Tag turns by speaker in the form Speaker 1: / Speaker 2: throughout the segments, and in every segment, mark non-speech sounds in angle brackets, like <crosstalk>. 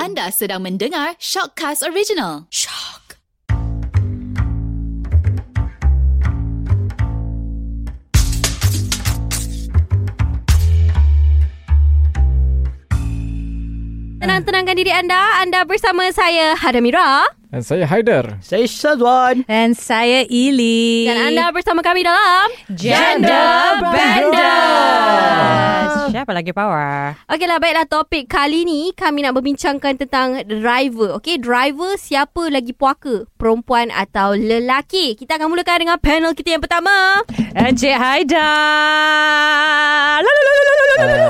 Speaker 1: Anda sedang mendengar Shockcast Original. Shock.
Speaker 2: Tenang-tenangkan diri anda. Anda bersama saya Hadamira
Speaker 3: Dan saya Haider.
Speaker 4: Saya Syazwan.
Speaker 5: Dan saya Ili.
Speaker 2: dan anda bersama kami dalam
Speaker 5: Gender Bender. Siapa lagi power?
Speaker 2: Okeylah lah, baiklah topik kali ni kami nak berbincangkan tentang driver. Okey, driver siapa lagi puaka? Perempuan atau lelaki? Kita akan mulakan dengan panel kita yang pertama.
Speaker 5: Encik Haida. La, la, la, la, la, la, la.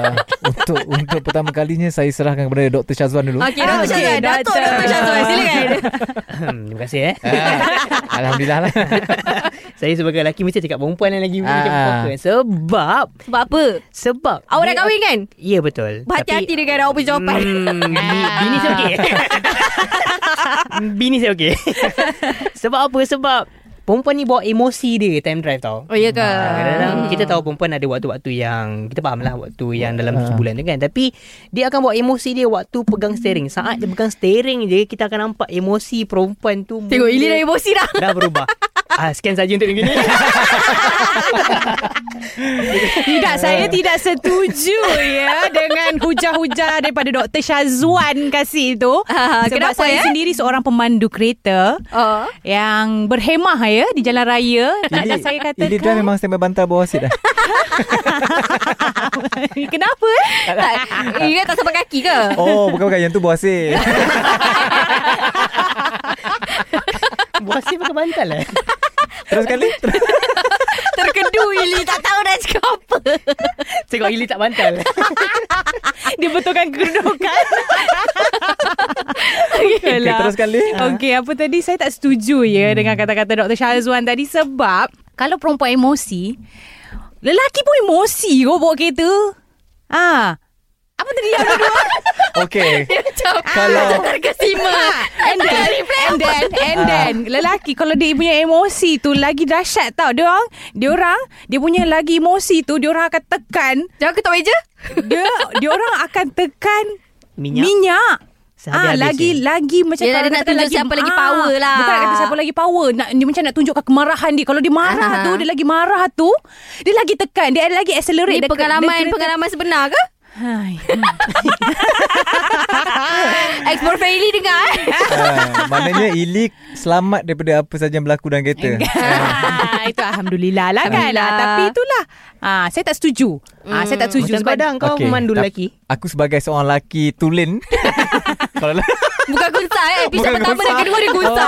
Speaker 3: Uh, untuk untuk pertama kalinya saya serahkan kepada Dr. Syazwan dulu.
Speaker 2: Okey, Dr.
Speaker 5: Okey,
Speaker 2: Syazwan. Datuk
Speaker 5: Datuk.
Speaker 2: Dr. Syazwan, silakan.
Speaker 4: <laughs> Terima kasih eh.
Speaker 3: Ah, Alhamdulillah lah.
Speaker 4: Saya sebagai lelaki mesti cakap perempuan yang lagi
Speaker 3: Ah.
Speaker 4: macam poker. Sebab
Speaker 2: Sebab apa?
Speaker 4: sebab
Speaker 2: Awak dah
Speaker 4: dia-
Speaker 2: kahwin kan?
Speaker 4: Ya betul.
Speaker 2: Berhati-hati dengan awak punya jawapan.
Speaker 4: Hmm,
Speaker 2: <laughs>
Speaker 4: bi- bini saya okey. <laughs> bini saya okey. <laughs> sebab apa? Sebab perempuan ni bawa emosi dia time drive tau.
Speaker 2: Oh,
Speaker 4: Ah,
Speaker 5: Hmm.
Speaker 2: iya ke?
Speaker 4: Kadang-kadang kita tahu perempuan ada waktu-waktu yang kita faham lah waktu yang dalam sebulan tu kan tapi dia akan buat emosi dia waktu pegang steering saat dia pegang steering je kita akan nampak emosi perempuan tu
Speaker 2: Tengok Ili dah
Speaker 4: mula-
Speaker 2: emosi dah.
Speaker 4: dah berubah ah scan saja untuk minggu ni <laughs>
Speaker 5: Tidak,
Speaker 2: Eh.
Speaker 5: saya tidak setuju ya dengan hujah-hujah daripada Dr. Syazwan kasih itu.
Speaker 2: Ah,
Speaker 5: Sebab
Speaker 2: kenapa,
Speaker 5: saya
Speaker 2: eh?
Speaker 5: sendiri seorang pemandu kereta
Speaker 2: Oh.
Speaker 5: yang berhemah ya di jalan raya. Tak ada saya
Speaker 3: Ili dah
Speaker 5: katakan.
Speaker 3: memang standby bantal bawah lah. seat dah.
Speaker 5: <laughs> Kenapa eh?
Speaker 2: Tak, Ili Kan? tak sampai kaki ke?
Speaker 3: Oh, bukan-bukan. Yang tu bawah seat.
Speaker 4: buah si pakai bantal lah
Speaker 3: Terus kali. Terus.
Speaker 2: Terkedu Ili tak tahu nak cakap apa.
Speaker 4: tengok Ili tak bantal
Speaker 5: Dia betulkan
Speaker 2: <laughs>
Speaker 5: kedudukan. lah.
Speaker 3: Okay, terus kali.
Speaker 5: Okey, apa tadi saya tak setuju ya hmm. dengan kata-kata Dr. Syazwan tadi sebab kalau perempuan emosi, lelaki pun emosi kau bawa kereta. Ah. Apa tadi yang
Speaker 2: <laughs>
Speaker 5: dua?
Speaker 3: Okay.
Speaker 2: Macam
Speaker 3: Kalau-
Speaker 2: macam terkesima.
Speaker 5: <laughs> and then, and then, and
Speaker 2: ah.
Speaker 5: then lelaki kalau dia punya emosi tu lagi dahsyat tau. Dia orang, dia orang, dia punya lagi emosi tu dia orang akan tekan,
Speaker 2: Jangan ketuk meja.
Speaker 5: dia <laughs> dia orang akan tekan
Speaker 4: Minyak.
Speaker 5: Minyak. Ah,
Speaker 4: Sehabis-habisnya.
Speaker 5: lagi lagi macam
Speaker 2: Yelah,
Speaker 5: kalau
Speaker 2: dia nak
Speaker 5: katakan
Speaker 2: tunjuk siapa lagi power lah.
Speaker 5: Bukan nak kata siapa lagi power. Nak dia macam nak tunjukkan kemarahan dia. Kalau dia marah
Speaker 2: Aha.
Speaker 5: tu, dia lagi marah tu, dia lagi tekan, dia lagi
Speaker 2: Ini
Speaker 5: accelerate Dia-
Speaker 2: pengalaman
Speaker 5: dia- dia-
Speaker 2: pengalaman sebenar ke?
Speaker 5: Hai.
Speaker 2: <laughs> Ex-boyfriend Ili dengar eh?
Speaker 3: Ah, maknanya Ili selamat daripada apa saja yang berlaku dalam kereta.
Speaker 5: Ah, itu alhamdulillah lah kan.
Speaker 2: Alhamdulillah. Hmm.
Speaker 5: Ah, tapi itulah. Ah, saya tak setuju. Ah, saya tak setuju
Speaker 4: macam kau dah kau
Speaker 3: Okey,
Speaker 4: memandu
Speaker 3: tap-
Speaker 4: lelaki
Speaker 3: Aku sebagai seorang lelaki tulen.
Speaker 5: <laughs>
Speaker 3: Kalau lah.
Speaker 2: Bukan gunsa eh. Episode
Speaker 3: Bukan Oh.
Speaker 2: pertama
Speaker 3: gunsa.
Speaker 2: dan kedua dia gunsa.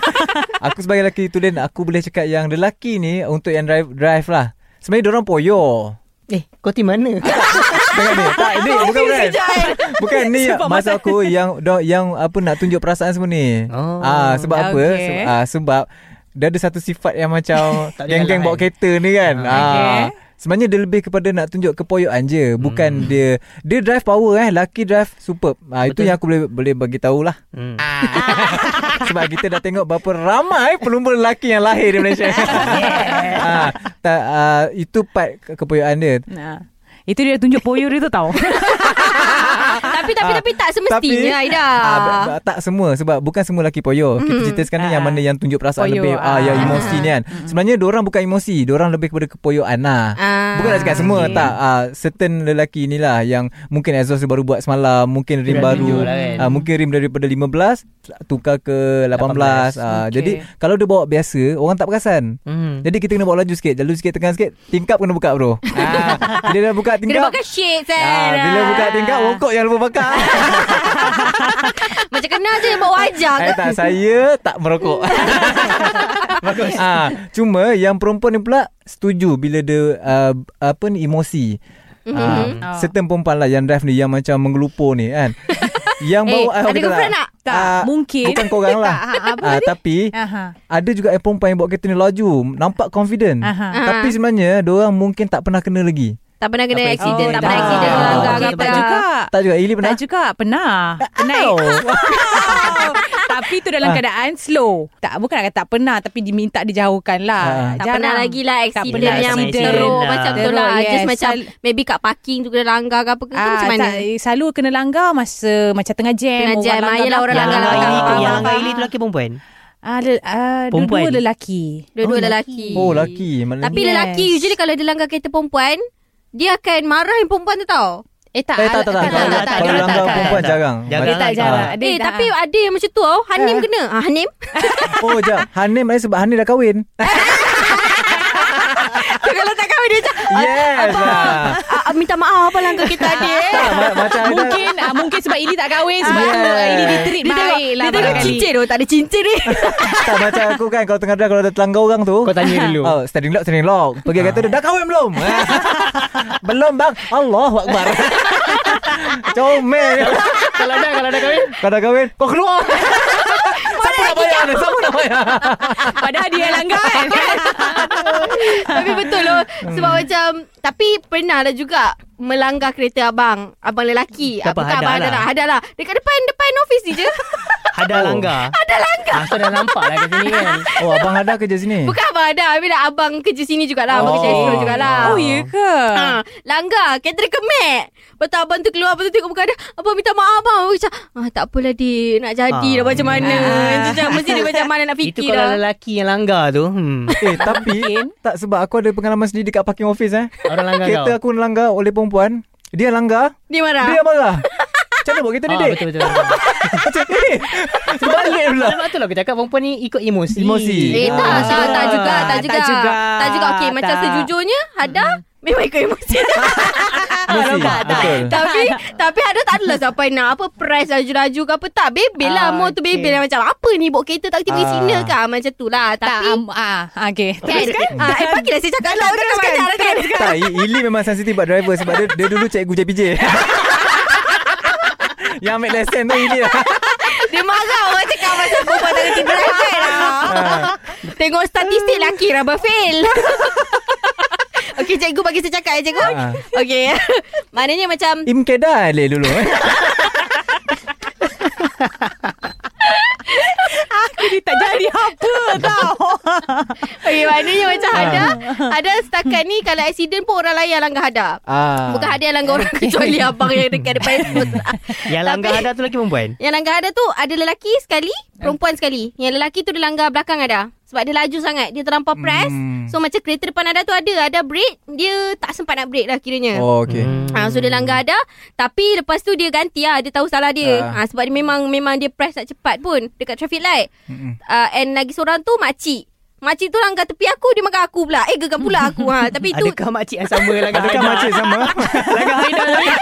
Speaker 3: <laughs> Aku sebagai lelaki tulen, aku boleh cakap yang lelaki ni untuk yang drive drive lah. Sebenarnya diorang poyo.
Speaker 4: eh kau tim mana
Speaker 3: Tengok ni. Tak, ni bukan bukan. Bukan ni
Speaker 5: Sebab
Speaker 3: masa
Speaker 5: masa-
Speaker 3: aku yang do- yang apa nak tunjuk perasaan semua ni.
Speaker 4: Oh.
Speaker 3: Ah sebab apa?
Speaker 5: Okay.
Speaker 3: Sebab, ah, sebab dia ada satu sifat yang macam
Speaker 4: <laughs> Tak boleh
Speaker 3: geng-geng
Speaker 4: kalah,
Speaker 3: bawa
Speaker 4: kan?
Speaker 3: kereta ni kan. Ah.
Speaker 5: Okay.
Speaker 3: Sebenarnya dia lebih kepada nak tunjuk kepoyokan je,
Speaker 4: Hmm.
Speaker 3: bukan dia dia drive power eh, laki drive superb. Ah itu
Speaker 4: Betul.
Speaker 3: yang aku boleh boleh bagi tahulah.
Speaker 4: hmm.
Speaker 3: <laughs> Sebab kita dah tengok berapa ramai pelumba lelaki yang lahir di Malaysia.
Speaker 5: <laughs>
Speaker 3: ah, tak, ah, itu part ke- kepoyokan dia.
Speaker 5: Nah. Ha. Itu dia tunjuk poyo dia tu tau.
Speaker 2: <laughs> <laughs> Tapi tapi tapi tak semestinya Aida.
Speaker 3: ah, b- b- tak semua sebab bukan semua lelaki poyo. Kita cerita sekarang
Speaker 5: Ah.
Speaker 3: yang mana yang tunjuk perasaan
Speaker 5: Poyo,
Speaker 3: lebih ah,
Speaker 5: ah.
Speaker 3: yang emosi ni kan. Sebenarnya diorang bukan emosi, diorang lebih kepada kepoyokan lah.
Speaker 2: Ah.
Speaker 3: Bukan nak cakap semua
Speaker 5: Okay.
Speaker 3: tak ah, Certain lelaki ni lah Yang mungkin exhaust dia baru buat semalam Mungkin rim
Speaker 4: Dah tunjuk
Speaker 3: baru
Speaker 4: lah kan.
Speaker 3: ah, Mungkin rim daripada 15 Tukar ke 18, 18. Ah,
Speaker 5: Okay.
Speaker 3: Jadi kalau dia bawa biasa Orang tak perasan
Speaker 4: Hmm.
Speaker 3: Jadi kita kena bawa laju sikit Jalur sikit tengah sikit Tingkap kena buka bro ah, <laughs> Bila dah buka
Speaker 2: Kena
Speaker 3: tingkap
Speaker 2: pakai shades eh.
Speaker 3: ah, Bila buka tingkap oh, Rokok jangan lupa pakai <laughs>
Speaker 2: Macam kenal je yang buat wajah ke?
Speaker 3: Eh tak Saya tak <laughs> merokok ah, Cuma yang perempuan ni pula Setuju bila dia uh, Apa ni emosi mm-hmm.
Speaker 5: Oh.
Speaker 3: ah, Certain perempan lah Yang drive ni Yang macam mengelupur ni kan Yang
Speaker 5: <laughs>
Speaker 2: Eh,
Speaker 3: bawa
Speaker 2: ada
Speaker 3: kita
Speaker 2: girlfriend tak?
Speaker 5: Tak, mungkin.
Speaker 3: Bukan korang lah
Speaker 5: <laughs> Tak, ha, apa
Speaker 3: Ah,
Speaker 5: tadi?
Speaker 3: Tapi
Speaker 5: Aha.
Speaker 3: ada juga yang perempuan yang bawa kereta ni laju Nampak confident
Speaker 5: Aha.
Speaker 3: Tapi sebenarnya Diorang mungkin tak pernah kena lagi
Speaker 2: Tak Tak pernah kena
Speaker 4: Tak pernah
Speaker 2: accident,
Speaker 4: accident.
Speaker 2: tak pernah
Speaker 4: Oh,
Speaker 2: accident. lah.
Speaker 4: tak.
Speaker 2: Langgar
Speaker 4: Okay,
Speaker 2: ke
Speaker 5: tak
Speaker 2: apa.
Speaker 5: juga.
Speaker 3: Tak juga Ili
Speaker 5: Tak
Speaker 3: pernah?
Speaker 5: juga, pernah. Pernah.
Speaker 2: <laughs>
Speaker 5: Tapi tu dalam
Speaker 3: Ah.
Speaker 5: keadaan slow. Tak bukan nak kata tak pernah tapi diminta dijauhkan lah.
Speaker 3: Ah.
Speaker 2: Tak pernah lagi lah
Speaker 5: Tak
Speaker 2: accident
Speaker 5: pernah
Speaker 2: yang
Speaker 4: accident
Speaker 2: teruk
Speaker 4: lah.
Speaker 2: macam tu
Speaker 5: Teruk,
Speaker 2: lah.
Speaker 5: yes.
Speaker 2: Just macam
Speaker 5: Sel-
Speaker 2: maybe kat parking tu kena langgar ke apa ke. Ah, macam mana?
Speaker 5: Tak, eh, selalu kena langgar masa macam tengah jam.
Speaker 2: Tengah jam. Ah, yelah, orang
Speaker 4: Yang
Speaker 2: Pelanggar
Speaker 4: langgar
Speaker 2: langgar.
Speaker 4: Ili tu, yang
Speaker 2: Faham,
Speaker 4: langgar
Speaker 2: faham.
Speaker 4: Ili tu lelaki perempuan.
Speaker 5: Ah, le, ah,
Speaker 4: Perempuan.
Speaker 5: dua-dua lelaki.
Speaker 2: Dua-dua lelaki.
Speaker 3: Oh laki Maknanya
Speaker 2: Tapi
Speaker 5: Yes.
Speaker 2: lelaki usually kalau dia langgar kereta perempuan, dia akan marah yang perempuan tu tau.
Speaker 5: Eh
Speaker 3: Eh
Speaker 5: tak,
Speaker 3: tak tak tak
Speaker 5: tak, tak, tak,
Speaker 3: Kalau
Speaker 5: dia
Speaker 3: langgar
Speaker 5: tak,
Speaker 3: perempuan
Speaker 4: tak.
Speaker 3: jarang
Speaker 4: Jarang.
Speaker 5: Dia tak
Speaker 4: Ah.
Speaker 5: jarang. Dia
Speaker 2: Eh,
Speaker 5: tak-
Speaker 2: tapi lah. ada yang macam tu tau. Hanim kena. Ha, <laughs> Hanim?
Speaker 3: Oh jap Hanim maknanya sebab Hanim dah kahwin
Speaker 2: <laughs> kalau tak kahwin dia macam,
Speaker 3: Yes ah.
Speaker 2: ah, ah, minta maaf apa langgar kereta dia.
Speaker 3: Tak, ma- Macam ada
Speaker 5: Mungkin ah, mungkin sebab Ili tak kahwin sebab
Speaker 3: Ah.
Speaker 5: tu ah, Ili di treat
Speaker 2: Dia tengok,
Speaker 5: baik lah
Speaker 2: dia tengok
Speaker 5: barangkali.
Speaker 2: cincin tu. Tak ada cincin ni.
Speaker 3: Tak macam aku kan Kalau tengah drive Kalau ada telanggar orang tu
Speaker 4: Kau tanya dulu.
Speaker 3: <laughs>
Speaker 4: Ah.
Speaker 3: oh, Standing lock Standing lock Pergi kata dia Dah kahwin belum Ah. Belum bang Allah Akbar <laughs> Comel
Speaker 4: Kalau dah, kalau dah kahwin.
Speaker 3: Kau dah kahwin Kau keluar Siapa nak bayar ni? Siapa nak bayar
Speaker 5: Ah, Padahal dia yang langgar
Speaker 2: <laughs> Ya
Speaker 5: kan.
Speaker 2: tapi betul loh. Sebab
Speaker 3: Hmm.
Speaker 2: macam, tapi pernah lah juga melanggar kereta abang. Abang lelaki.
Speaker 4: Tak apa,
Speaker 2: Bukan abang
Speaker 4: hadap
Speaker 2: ada
Speaker 4: lah.
Speaker 2: lah. Ada lah. Dekat depan, depan office ni
Speaker 3: <laughs>
Speaker 2: je.
Speaker 4: Ada langgar. Oh. Ada langgar. Ah, so dah nampak lah kat sini kan.
Speaker 3: Oh abang ada kerja sini
Speaker 2: Bukan abang ada. Bila abang kerja sini jugalah. Abang
Speaker 4: Oh.
Speaker 2: kerja Astro jugalah.
Speaker 5: Oh, ya ke?
Speaker 2: Ha, langgar Kereta dia kemek Lepas tu abang tu keluar Lepas tu tengok muka dia Abang minta maaf abang Abang macam ah, Tak apalah dik Nak jadi
Speaker 4: Ah.
Speaker 2: dah macam mana Itu macam Mesti dia macam mana nak
Speaker 4: Itu
Speaker 2: fikir lah.
Speaker 4: kalau
Speaker 2: dah
Speaker 4: lelaki yang langgar tu. Hmm.
Speaker 3: Eh tapi Tak sebab aku ada pengalaman sendiri Dekat parking office eh
Speaker 4: Orang langgar
Speaker 3: Kereta
Speaker 4: kau.
Speaker 3: aku langgar oleh perempuan Dia langgar
Speaker 2: Dia marah
Speaker 3: Dia marah Macam mana buat kita ni
Speaker 4: Ah,
Speaker 3: dek
Speaker 4: betul betul. betul.
Speaker 3: Macam ni Sebalik pula
Speaker 4: Sebab tu lah aku cakap perempuan ni ikut emosi.
Speaker 3: Emosi.
Speaker 2: Eh tak,
Speaker 3: Ah,
Speaker 2: tak, tak juga, tak
Speaker 5: tak
Speaker 2: juga.
Speaker 5: juga.
Speaker 2: Tak juga. Okey, macam
Speaker 5: Tak.
Speaker 2: sejujurnya Hada memang ikut emosi. <laughs>
Speaker 3: Emosi Betul
Speaker 2: tapi tapi Hada tak adalah sampai nak apa price laju-laju ke apa tak. Bebel lah,
Speaker 5: Ah,
Speaker 2: more tu
Speaker 5: okey.
Speaker 2: bebel lah macam apa ni bawa kereta tak tiba-tiba
Speaker 3: Ah.
Speaker 2: sini ke Ah, macam tu lah.
Speaker 5: Tak,
Speaker 2: Tapi
Speaker 5: um, ah, ah, okay.
Speaker 2: kan. Ah, eh bagilah saya cakap lah Bukan sekejap lah kan.
Speaker 3: Tak, I- Ili memang sensitif buat driver sebab dia, dia dulu cikgu
Speaker 2: <laughs>
Speaker 3: JPJ. Yang ambil lesen tu Ili lah.
Speaker 2: Dia marah orang cakap pasal perempuan tak kerti <laughs> driver lah. Tengok statistik laki rubber fail. <laughs> Okey cikgu bagi saya cakap ya cikgu.
Speaker 3: Ah.
Speaker 2: Okey. <laughs> Maknanya macam
Speaker 3: Im Kedah le dulu. Eh.
Speaker 5: Jadi tak jadi apa tau.
Speaker 2: okey maknanya macam ada ada setakat ni kalau accident pun orang lain yang langgar hada.
Speaker 3: Ah.
Speaker 2: Bukan ada yang langgar orang kecuali abang yang dekat <laughs> depan.
Speaker 4: Yang langgar
Speaker 2: Tapi-
Speaker 4: ada tu lelaki perempuan.
Speaker 2: Yang langgar ada tu ada lelaki sekali,
Speaker 3: Eh.
Speaker 2: perempuan sekali. Yang lelaki tu dia langgar belakang ada. Sebab dia laju sangat. Dia terlampau press.
Speaker 3: Hmm.
Speaker 2: So macam kereta depan ada tu ada. Ada brake. Dia tak sempat nak brake lah kiranya.
Speaker 3: Oh, okey. Hmm.
Speaker 2: Ha, so dia langgar ada Tapi lepas tu dia ganti lah Dia tahu salah dia ha.
Speaker 3: Ah.
Speaker 2: Sebab dia memang Memang dia press tak cepat pun Dekat traffic light
Speaker 3: Mm-mm.
Speaker 2: uh, And lagi seorang tu makcik Makcik tu langgar tepi aku Dia makan aku pula Eh gegar pula aku ha, Tapi tu <laughs>
Speaker 4: Adakah makcik yang sama lah kan? langgar
Speaker 3: Adakah
Speaker 4: Haida?
Speaker 3: makcik sama?
Speaker 4: Langgar Haida lagi.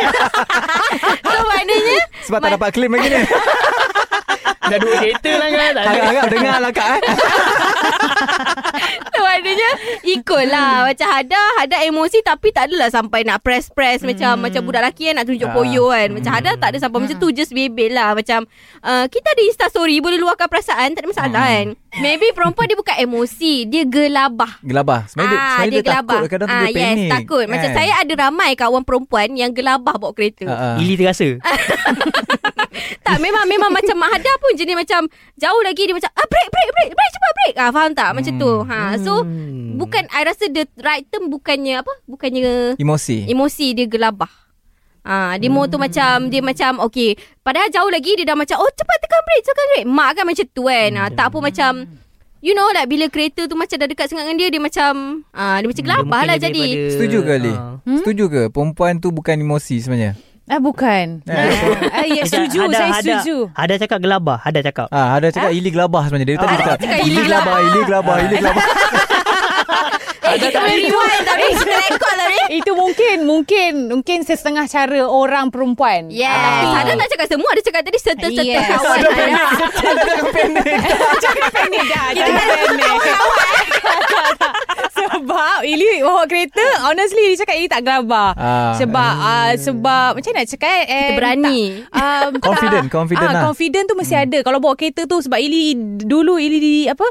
Speaker 2: So maknanya
Speaker 3: Sebab tak
Speaker 2: Ma-
Speaker 3: dapat claim lagi ni.
Speaker 4: Dah dua kereta langgar. Tak ada.
Speaker 3: Agak-agak dengar lah kak eh.
Speaker 2: so, <laughs> Maknanya Ikut
Speaker 3: Hmm.
Speaker 2: lah Macam Hada Hada emosi Tapi tak adalah sampai Nak press-press Macam macam budak lelaki kan Nak tunjuk
Speaker 3: Hmm. Ah. Hmm.
Speaker 2: poyo kan Macam Hada tak ada sampai Macam tu Just bebel lah Macam uh, Kita ada instastory Boleh luahkan perasaan Tak ada masalah
Speaker 3: Hmm.
Speaker 2: kan Maybe perempuan dia bukan emosi Dia gelabah
Speaker 3: Gelabah. Sebenarnya, ah, sebenarnya dia,
Speaker 2: gelabah.
Speaker 3: takut. Kadang tu
Speaker 2: Ah,
Speaker 3: dia panik.
Speaker 2: Yes, takut. Macam
Speaker 3: kan?
Speaker 2: saya ada ramai kawan perempuan yang gelabah bawa kereta.
Speaker 3: Ah, ah.
Speaker 4: Ili terasa.
Speaker 2: Tak, memang memang macam Mak Hada pun jenis macam jauh lagi dia macam, ah, break, break, break, break, cepat break. Ah, faham tak? Macam tu. Ha, so,
Speaker 4: Hmm.
Speaker 2: bukan, I rasa the right term bukannya apa? Bukannya
Speaker 3: Emosi.
Speaker 2: emosi, dia gelabah. Ah, dia more tu
Speaker 4: Hmm.
Speaker 2: macam dia macam okey. Padahal jauh lagi dia dah macam oh cepat tekan brake, tekan brake. Mak kan macam tu kan. Ah, tak apa macam you know like bila kereta tu macam dah dekat sangat dengan dia dia macam ah dia macam gelabah
Speaker 4: Mungkin
Speaker 2: lah
Speaker 4: Hmm, dia
Speaker 2: jadi.
Speaker 4: daripada-
Speaker 3: Setuju ke Ali?
Speaker 4: Ah.
Speaker 3: Setuju ke? Perempuan tu bukan emosi sebenarnya.
Speaker 5: Ah, bukan.
Speaker 3: Eh.
Speaker 5: Ah, ya, setuju,
Speaker 4: Ada-
Speaker 5: saya
Speaker 4: ada-
Speaker 5: setuju.
Speaker 4: Ada cakap gelabah, ada cakap.
Speaker 3: Ah, ada cakap Ili gelabah sebenarnya. Dia tadi cakap
Speaker 2: cakap Ili
Speaker 3: Ili gelabah, Ili gelabah, Ili gelabah.
Speaker 2: Eh, kita boleh rewind tapi kita
Speaker 5: <laughs>
Speaker 2: rekod lah ni.
Speaker 5: Itu mungkin, mungkin, mungkin sesetengah cara orang perempuan.
Speaker 2: Yes.
Speaker 4: Ah.
Speaker 2: Ada tak cakap semua. Ada cakap tadi serta-serta
Speaker 5: Yes.
Speaker 2: kawan.
Speaker 5: Ada
Speaker 2: Ada.
Speaker 3: Ada cakap pendek.
Speaker 5: Jangan panik dah. Jangan panik. Tak, tak, tak. sebab Ili bawa kereta honestly Ili cakap Ili tak gelabah.
Speaker 3: Ah,
Speaker 5: sebab uh, sebab macam mana nak cakap eh
Speaker 2: Kita
Speaker 5: and
Speaker 2: berani.
Speaker 5: tak, um, tak-
Speaker 3: <laughs> Confident, confident
Speaker 5: ah,
Speaker 3: lah.
Speaker 5: confident tu mesti ada. Kalau bawa kereta tu sebab Ili dulu Ili di apa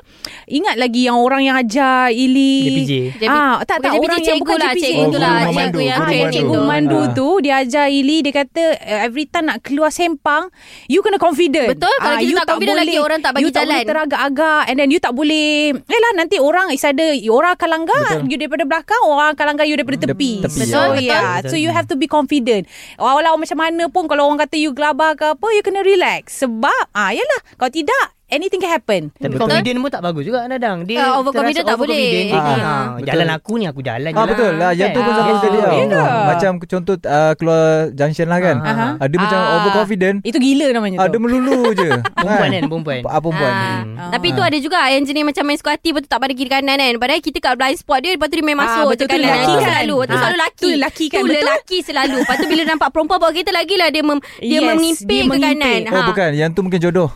Speaker 5: ingat lagi yang orang yang ajar Ili
Speaker 4: JPJ.
Speaker 5: Ah, tak tak
Speaker 2: Bukan JPJ,
Speaker 5: orang yang bukan
Speaker 2: cikgu lah,
Speaker 5: JPJ.
Speaker 2: cikgu
Speaker 3: tu lah, Oh, guru cikgu yang-
Speaker 5: Ah,
Speaker 3: memandu, guru
Speaker 5: cikgu
Speaker 3: memandu.
Speaker 5: mandu
Speaker 3: Ah.
Speaker 5: tu dia ajar Ili dia kata eh, every time nak keluar sempang you kena confident.
Speaker 2: Betul, kalau
Speaker 5: Ah,
Speaker 2: kita
Speaker 5: you
Speaker 2: tak confident lagi, orang tak bagi
Speaker 5: you tak boleh
Speaker 2: jalan.
Speaker 5: teragak-agak and then you tak boleh eh lah nanti orang is ada orang akan langgar
Speaker 3: Betul.
Speaker 5: you daripada belakang orang akan langgar you daripada
Speaker 3: Dep-
Speaker 5: tepi.
Speaker 3: tepi,
Speaker 5: so
Speaker 2: ya.
Speaker 5: yeah,
Speaker 4: Betul.
Speaker 5: so you have to be confident. Walau macam mana pun kalau orang kata you gelabah ke apa you kena relax sebab ah yalah kalau tidak anything can happen.
Speaker 4: Tapi
Speaker 3: Betul.
Speaker 4: confident pun tak bagus juga kadang-kadang. Dia
Speaker 2: Ah, overconfident
Speaker 4: terasa
Speaker 2: tak boleh.
Speaker 4: overconfident. Dia
Speaker 3: Ah,
Speaker 4: kata,
Speaker 2: ah,
Speaker 4: "Ah,
Speaker 3: betul.
Speaker 4: jalan aku ni aku jalan
Speaker 3: Ah
Speaker 4: je
Speaker 3: betul lah Yang tu pun sama
Speaker 4: Ah,
Speaker 3: sekali ah.
Speaker 5: ya ke?
Speaker 3: Macam Contoh uh, Keluar junction lah kan
Speaker 5: Aha.
Speaker 3: uh Dia macam
Speaker 5: Ah.
Speaker 3: overconfident
Speaker 5: Itu gila namanya
Speaker 3: ah,
Speaker 5: tu.
Speaker 3: Dia melulu je
Speaker 4: Perempuan kan, perempuan.
Speaker 3: Ah, Perempuan
Speaker 2: Ah. Tapi tu ada juga yang jenis macam main suka hati lepas tu tak pada kiri kanan kan. Padahal kita kat blind spot dia lepas tu dia main
Speaker 5: Ah,
Speaker 2: masuk
Speaker 5: betul,
Speaker 2: je
Speaker 5: tu
Speaker 2: kanan.
Speaker 5: lelaki
Speaker 2: Itu
Speaker 5: kan?
Speaker 2: selalu. Itu
Speaker 5: Ah,
Speaker 2: selalu lelaki.
Speaker 5: tu lelaki kan,
Speaker 2: Tu
Speaker 5: betul?
Speaker 2: lelaki selalu. Lepas tu bila nampak perempuan bawa kereta lagi lah dia mem, dia
Speaker 5: Yes,
Speaker 2: mengimpi
Speaker 5: dia
Speaker 2: ke kanan. Ha.
Speaker 5: mengimpik.
Speaker 3: Oh bukan Yang tu mungkin <laughs> jodoh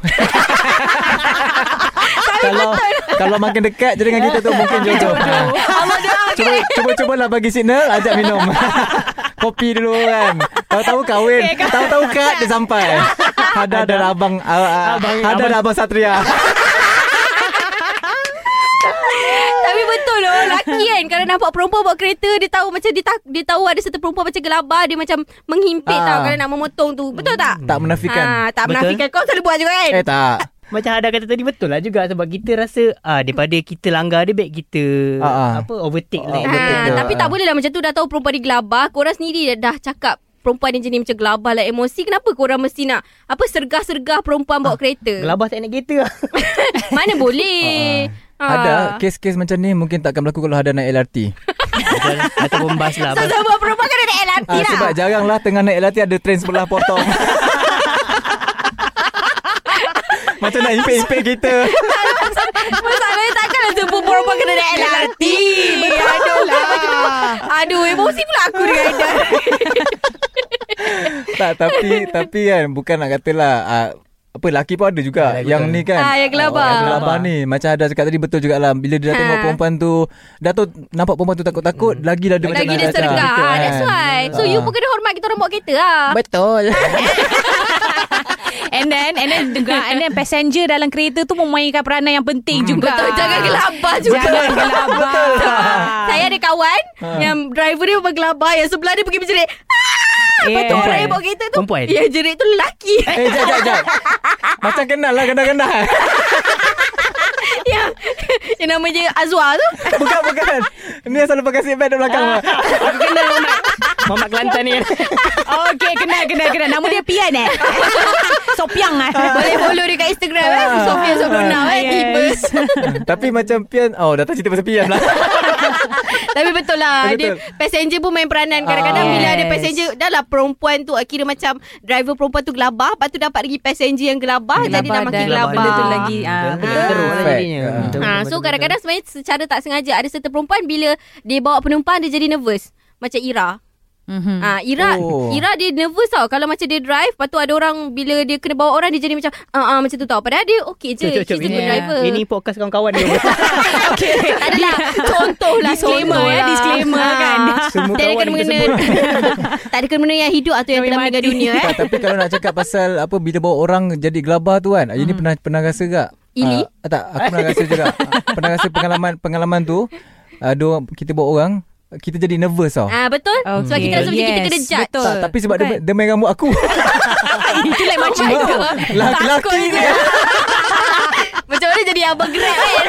Speaker 3: Kalau Kalau makin dekat je dengan kita tu Mungkin jodoh <laughs> Ah, Cuba Cuba cubalah bagi signal Ajak <laughs> minum Kopi dulu kan Tahu-tahu kahwin Tahu-tahu kad Dia <laughs> sampai Ada ada abang ah, ah,
Speaker 4: Abang-
Speaker 3: Ada ada abang Satria
Speaker 2: Tapi betul loh lelaki kan kalau nampak perempuan bawa kereta dia tahu macam dia, tak, dia tahu ada satu perempuan macam gelabah dia macam menghimpit
Speaker 3: Ah.
Speaker 2: tau kalau nak memotong tu. Betul tak?
Speaker 3: Tak menafikan
Speaker 2: Ha, tak
Speaker 4: Betul.
Speaker 2: menafikan kau selalu buat juga kan?
Speaker 3: Eh tak
Speaker 4: Macam ada kata tadi betul lah juga sebab kita rasa ah daripada kita langgar dia baik kita
Speaker 3: Ah, ah.
Speaker 4: apa overtake
Speaker 3: Ah,
Speaker 4: lah.
Speaker 2: Ha,
Speaker 3: overtake. Betul ke?
Speaker 2: tapi
Speaker 3: Ah.
Speaker 2: tak boleh lah macam tu dah tahu perempuan ni gelabah. Korang sendiri dah, dah cakap perempuan ni jenis macam gelabah lah emosi. Kenapa korang mesti nak apa sergah-sergah perempuan
Speaker 3: Ah,
Speaker 2: bawa kereta?
Speaker 4: Gelabah tak nak kereta lah.
Speaker 2: <laughs> Mana boleh.
Speaker 3: Ah. Ada kes-kes macam ni mungkin takkan berlaku kalau ada naik LRT.
Speaker 4: Ataupun bas lah.
Speaker 2: So,
Speaker 4: Bas.
Speaker 2: sebab perempuan kan ada LRT
Speaker 3: Ah,
Speaker 2: lah.
Speaker 3: sebab
Speaker 2: <laughs>
Speaker 3: jaranglah tengah naik LRT ada train sebelah potong. <laughs> macam nak impik-impik kita.
Speaker 2: Masalahnya takkanlah lah semua perempuan kena naik LRT. <laughs> Aduh lah. Aduh, emosi pula aku dengan Aida.
Speaker 3: tak tapi tapi kan bukan nak katalah ah, apa lelaki pun ada juga
Speaker 4: Ya, betul.
Speaker 3: yang ni kan.
Speaker 2: Ah, yang gelabah.
Speaker 3: Ah, yang gelabah ni macam ada cakap tadi betul jugalah bila dia dah
Speaker 2: Ha.
Speaker 3: tengok perempuan tu dah tu nampak perempuan tu takut-takut lagi dah dia macam
Speaker 2: Lagi
Speaker 3: nak
Speaker 2: dia
Speaker 3: kacau.
Speaker 2: sergah.
Speaker 3: Kita,
Speaker 2: Ah,
Speaker 3: kan.
Speaker 2: That's why. So,
Speaker 3: Hmm. Ah.
Speaker 2: you pun kena hormat kita orang bawa kereta lah.
Speaker 4: Betul.
Speaker 5: And then And then juga And then passenger dalam kereta tu Memainkan peranan yang penting
Speaker 3: Hmm.
Speaker 5: juga
Speaker 2: Betul, jangan gelabah juga.
Speaker 5: Jangan
Speaker 3: <laughs>
Speaker 5: gelabah Ah.
Speaker 2: Saya ada kawan Yang driver dia memang gelabah Yang sebelah dia pergi menjerit Ah, Lepas tu
Speaker 4: Perempuan.
Speaker 2: orang yang bawa kereta tu
Speaker 4: Perempuan.
Speaker 2: Yang jerit tu lelaki
Speaker 3: Eh jap jap jap. macam kenal lah kenal-kenal. <laughs>
Speaker 2: Yang Ya. Yang nama dia Azwa tu
Speaker 3: bukan bukan. Ni yang selalu pakai seatbelt di belakang. Ah.
Speaker 4: Aku kenal Mamat. Mamat Kelantan ni.
Speaker 5: Okay kenal kenal kenal Nama dia Pian eh <laughs> Sopiang
Speaker 3: <laughs>
Speaker 5: eh
Speaker 2: Boleh follow dia kat Instagram eh Sofia Sobrona eh
Speaker 5: Yes.
Speaker 2: Tiba <laughs>
Speaker 3: <laughs> Tapi macam pian Oh dah tak cerita pasal pian lah
Speaker 2: Tapi betul lah
Speaker 3: Betul.
Speaker 2: dia, Passenger pun main peranan Kadang-kadang
Speaker 5: Ah.
Speaker 2: bila ada
Speaker 5: Yes.
Speaker 2: passenger Dah lah perempuan tu Kira macam Driver perempuan tu gelabah Lepas tu dapat lagi passenger yang gelabah, Jadi dah makin
Speaker 5: dan
Speaker 2: gelabah
Speaker 5: Benda tu lagi ah,
Speaker 4: Betul. Teruk lah
Speaker 3: Perfect.
Speaker 4: jadinya.
Speaker 3: Ah.
Speaker 4: Betul, betul,
Speaker 2: Ha,
Speaker 4: betul,
Speaker 2: so
Speaker 4: betul.
Speaker 2: kadang-kadang sebenarnya secara tak sengaja ada serta perempuan bila dia bawa penumpang dia jadi nervous. Macam Ira.
Speaker 5: Mhm.
Speaker 2: Ha, Ira oh.
Speaker 3: Oh.
Speaker 2: Ira dia nervous tau Kalau macam dia drive Lepas tu ada orang Bila dia kena bawa orang Dia jadi macam ah uh, macam tu tau Padahal dia okay je
Speaker 4: Cuk,
Speaker 2: She's
Speaker 4: cuk, cuk.
Speaker 2: a good
Speaker 4: Ini-
Speaker 2: driver <laughs>
Speaker 4: Ini podcast kawan-kawan dia.
Speaker 5: Okay
Speaker 2: Tak adalah Contoh lah
Speaker 5: Disclaimer,
Speaker 2: contoh
Speaker 5: eh,
Speaker 2: lah.
Speaker 5: disclaimer
Speaker 2: Ah.
Speaker 5: kan.
Speaker 3: Semua
Speaker 2: Tak ada
Speaker 3: kawan
Speaker 2: kena
Speaker 3: kita
Speaker 2: mengena <laughs> Tak ada kena mengena yang hidup Atau yang
Speaker 5: Yang
Speaker 2: telah meninggal
Speaker 5: mati.
Speaker 2: dunia eh
Speaker 3: tak, <laughs> Tapi kalau nak cakap pasal Apa bila bawa orang Jadi gelabah tu kan Ini pernah pernah rasa gak
Speaker 2: Ili?
Speaker 3: Ah, Tak aku pernah rasa juga Ah, Pernah rasa pengalaman Pengalaman tu ada orang, Kita bawa orang Kita jadi nervous tau
Speaker 2: Ah Betul
Speaker 5: Okay.
Speaker 2: Sebab kita rasa macam kita
Speaker 5: Yes,
Speaker 2: kena judge
Speaker 5: betul.
Speaker 2: <laughs>
Speaker 3: tak, Tapi sebab dia,
Speaker 5: Bukan.
Speaker 3: dia main rambut aku
Speaker 5: Itu like macam
Speaker 2: my
Speaker 5: tu
Speaker 2: God.
Speaker 3: Laki-laki ni kan
Speaker 2: Macam mana jadi abang grab kan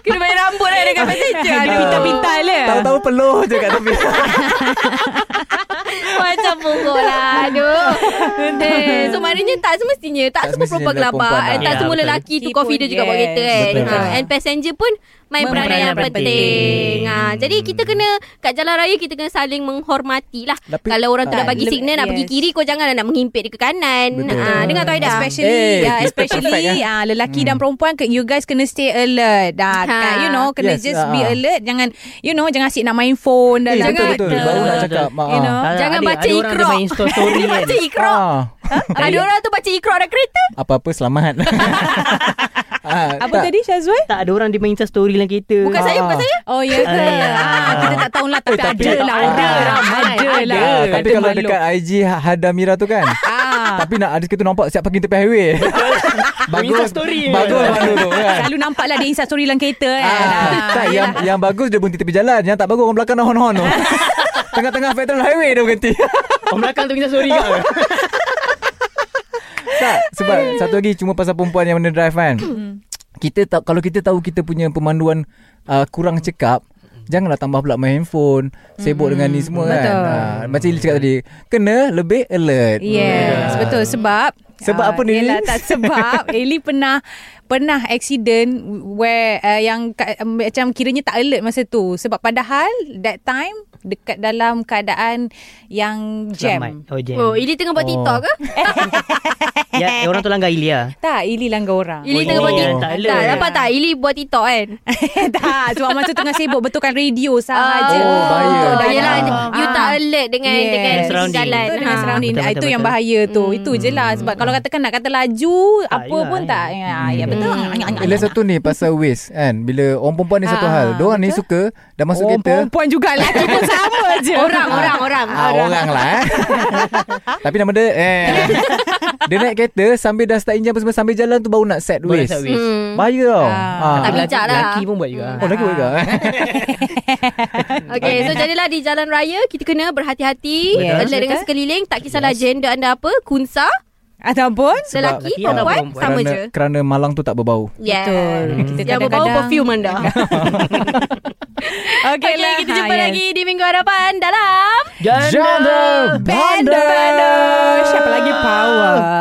Speaker 2: Kena main rambut
Speaker 3: eh,
Speaker 2: lah Dengan passenger
Speaker 5: Ada
Speaker 2: Aduh.
Speaker 5: pintar-pintar le
Speaker 3: Tahu-tahu peluh je kat
Speaker 2: <laughs>
Speaker 3: tepi Ya,
Speaker 2: Macam punggung lah Aduh Eh, So maknanya tak semestinya Tak,
Speaker 3: Tak
Speaker 2: semua perempuan
Speaker 3: semestinya
Speaker 2: gelabah
Speaker 3: perempuan
Speaker 2: and
Speaker 3: lah.
Speaker 2: Tak
Speaker 4: Ya,
Speaker 2: semua
Speaker 4: betul.
Speaker 2: lelaki tu
Speaker 5: Lelaki
Speaker 2: confident
Speaker 5: pun,
Speaker 2: juga bawa
Speaker 5: yes.
Speaker 2: kereta kan
Speaker 3: Betul.
Speaker 2: ha. And passenger pun Main
Speaker 5: Memainkan
Speaker 2: peranan yang
Speaker 5: peranan
Speaker 2: penting
Speaker 4: penting.
Speaker 2: ha. Jadi kita kena Kat jalan raya Kita kena saling menghormati lah
Speaker 3: Tapi-
Speaker 2: Kalau orang tu
Speaker 3: Ah,
Speaker 2: nak bagi
Speaker 5: lebih-
Speaker 2: signal Nak pergi
Speaker 5: yes.
Speaker 2: kiri Kau janganlah nak menghimpit dia ke kanan
Speaker 3: Betul.
Speaker 5: Ah,
Speaker 2: ha. Dengar tu Aida
Speaker 5: Especially
Speaker 3: Eh,
Speaker 5: yeah,
Speaker 3: kita perfect, ya. Hmm.
Speaker 5: Especially ah, Lelaki dan perempuan ke- You guys kena stay alert dah,
Speaker 2: Ha.
Speaker 5: ha. You know Kena
Speaker 3: Yes,
Speaker 5: yes, just
Speaker 3: ah,
Speaker 5: be
Speaker 3: ah.
Speaker 5: alert Jangan You know Jangan asyik nak main phone
Speaker 3: Eh,
Speaker 5: dalam
Speaker 3: Betul betul
Speaker 5: kereta.
Speaker 3: Baru nak cakap
Speaker 4: Betul.
Speaker 3: ah,
Speaker 5: You know.
Speaker 4: Ah,
Speaker 2: Jangan
Speaker 4: ada-
Speaker 2: baca
Speaker 4: ada orang dia
Speaker 2: ikrok.
Speaker 4: main story
Speaker 2: Dia
Speaker 4: kan.
Speaker 2: baca ikrok
Speaker 3: ah,
Speaker 2: <laughs> Ada orang tu baca ikrok dalam kereta
Speaker 3: Apa-apa selamat Ah,
Speaker 5: Apa
Speaker 3: tak.
Speaker 5: tadi Syazwan?
Speaker 4: Tak ada orang dia main story dalam kereta.
Speaker 2: Bukan saya, bukan
Speaker 3: Ah.
Speaker 2: saya.
Speaker 5: Oh ya ke?
Speaker 4: Ah.
Speaker 5: Ah, kita tak tahulah tapi,
Speaker 3: Oh, tapi
Speaker 5: ada lah.
Speaker 3: ada.
Speaker 5: Ada lah. Ada lah.
Speaker 3: Ah, tapi
Speaker 5: Itu
Speaker 3: kalau
Speaker 5: maklum.
Speaker 3: dekat IG Ha- Hadamira tu kan
Speaker 5: <laughs>
Speaker 3: <laughs>
Speaker 5: Ah.
Speaker 3: Tapi nak ada kita nampak Siap pergi tepi highway <laughs>
Speaker 4: Insta
Speaker 3: Bagus
Speaker 4: story je.
Speaker 3: Bagus mana tu kan
Speaker 5: Selalu nampak lah dia insta story dalam kereta kan.
Speaker 3: Ah, tak yang yang bagus dia berhenti tepi jalan, yang tak bagus orang belakang hon
Speaker 5: <laughs>
Speaker 3: hon tu. Tengah-tengah federal highway dia berhenti. <laughs>
Speaker 4: Orang belakang tu Insta story
Speaker 2: Oh,
Speaker 4: ke?
Speaker 3: tak, sebab satu lagi cuma pasal perempuan yang mana drive kan.
Speaker 5: Hmm.
Speaker 3: kita tak kalau kita tahu kita punya pemanduan uh, kurang cekap, janganlah tambah pula main handphone, sibuk dengan ni semua kan.
Speaker 5: Hmm, Betul.
Speaker 3: Ah, macam Ili cakap tadi, kena lebih alert. Ah.
Speaker 5: Yes, betul sebab
Speaker 3: Ya. Sebab
Speaker 5: ah,
Speaker 3: apa ni?
Speaker 5: Yelah, tak
Speaker 3: <laughs>
Speaker 5: sebab Eli pernah pernah accident where uh, yang ka, um, macam kiranya tak alert masa tu sebab padahal that time dekat dalam keadaan yang
Speaker 4: Selamat.
Speaker 5: jam.
Speaker 4: Oh jam.
Speaker 2: Oh, Ili tengah buat
Speaker 3: Oh.
Speaker 2: TikTok ke?
Speaker 4: Ya, orang tu langgar Ilya.
Speaker 5: Tak, Eli langgar orang.
Speaker 2: Ili
Speaker 4: Oh,
Speaker 2: tengah buat
Speaker 4: Ili
Speaker 2: TikTok.
Speaker 4: tak alert.
Speaker 2: Tak, nampak tak? Ili buat TikTok kan?
Speaker 5: <laughs> tak, sebab masa tengah sibuk betulkan radio
Speaker 3: Oh,
Speaker 5: sahaja.
Speaker 3: bahaya.
Speaker 2: betul.
Speaker 5: Betul,
Speaker 2: Ah, Yelah,
Speaker 5: dan-
Speaker 2: you tak alert dengan
Speaker 5: Yes.
Speaker 2: dengan
Speaker 4: Surrounding.
Speaker 2: jalan.
Speaker 5: Betul dengan
Speaker 2: Ha.
Speaker 5: surrounding
Speaker 4: Betul,
Speaker 5: Ah, Itu
Speaker 4: betul,
Speaker 5: yang
Speaker 4: betul.
Speaker 5: bahaya tu Itu je lah
Speaker 2: ya.
Speaker 5: Sebab kalau katakan nak kata laju
Speaker 2: Ah,
Speaker 5: Apa
Speaker 4: yelah,
Speaker 5: pun
Speaker 4: eh.
Speaker 5: tak Ya,
Speaker 2: Hmm.
Speaker 5: ya betul
Speaker 3: Ialah satu ni pasal waste kan. Bila orang perempuan ni satu
Speaker 5: lah. Ah,
Speaker 3: hal. Diorang ni suka dah masuk
Speaker 5: Orang
Speaker 3: kereta.
Speaker 5: Oh, perempuan juga Lelaki
Speaker 2: <laughs>
Speaker 5: pun sama je
Speaker 2: Orang, orang, orang.
Speaker 3: Ah, orang lah
Speaker 5: <laughs>
Speaker 3: eh. Tapi nama dia eh. dia naik kereta sambil dah start engine apa semua sambil jalan tu baru nak set
Speaker 4: Boleh
Speaker 3: waste.
Speaker 4: tak wish?
Speaker 2: Hmm.
Speaker 3: Bahaya tau. Ah.
Speaker 5: Ah,
Speaker 2: tak
Speaker 4: Lelaki-
Speaker 2: bijak lah.
Speaker 4: Lelaki pun buat juga.
Speaker 3: Oh lagi boleh ke?
Speaker 5: <laughs>
Speaker 2: Okay, so jadilah di jalan raya kita kena berhati-hati,
Speaker 5: Betul.
Speaker 2: alert
Speaker 5: Betul.
Speaker 2: dengan sekeliling, tak kisahlah gender anda apa, kunsa,
Speaker 5: Ataupun
Speaker 2: lelaki,
Speaker 4: lelaki atau
Speaker 2: perempuan,
Speaker 4: perempuan.
Speaker 2: sama
Speaker 3: kerana,
Speaker 2: je.
Speaker 3: kerana malang tu tak berbau.
Speaker 2: Yeah. Hmm.
Speaker 5: Betul. Kita
Speaker 2: Yang berbau
Speaker 5: kadang-kadang-
Speaker 2: perfume
Speaker 5: <laughs>
Speaker 2: anda.
Speaker 5: Okay,
Speaker 2: Okay,
Speaker 5: lah.
Speaker 2: kita jumpa
Speaker 5: Ah, yes.
Speaker 2: lagi di minggu hadapan dalam
Speaker 3: Janda
Speaker 5: Bender Siapa lagi power
Speaker 2: <laughs>